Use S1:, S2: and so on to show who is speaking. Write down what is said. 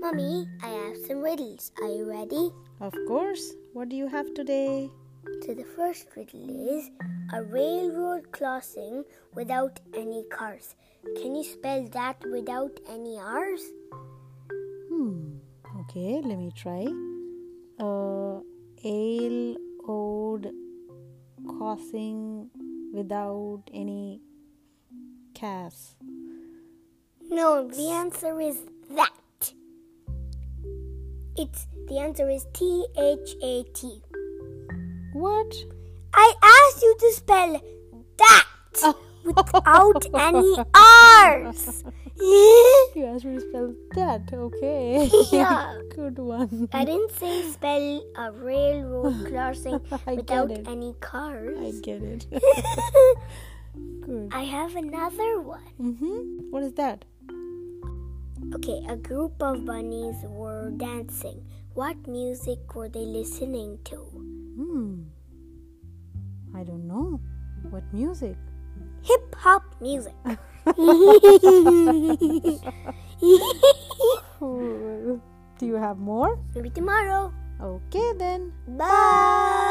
S1: Mommy, I have some riddles. Are you ready?
S2: Of course. What do you have today?
S1: So the first riddle is a railroad crossing without any cars. Can you spell that without any R's?
S2: Hmm. Okay, let me try. Uh, ale old crossing without any cas.
S1: No, the answer is that. It's the answer is T H A T.
S2: What?
S1: I asked you to spell that without any R's.
S2: You asked me to spell that. Okay.
S1: Yeah.
S2: Good one.
S1: I didn't say spell a railroad crossing
S2: I get
S1: without
S2: it.
S1: any cars.
S2: I get it. Good.
S1: I have another one.
S2: Mm-hmm. What is that?
S1: Okay, a group of bunnies were dancing. What music were they listening to?
S2: Hmm. I don't know. What music?
S1: Hip hop music.
S2: Cool. Do you have more?
S1: Maybe tomorrow.
S2: Okay then.
S1: Bye.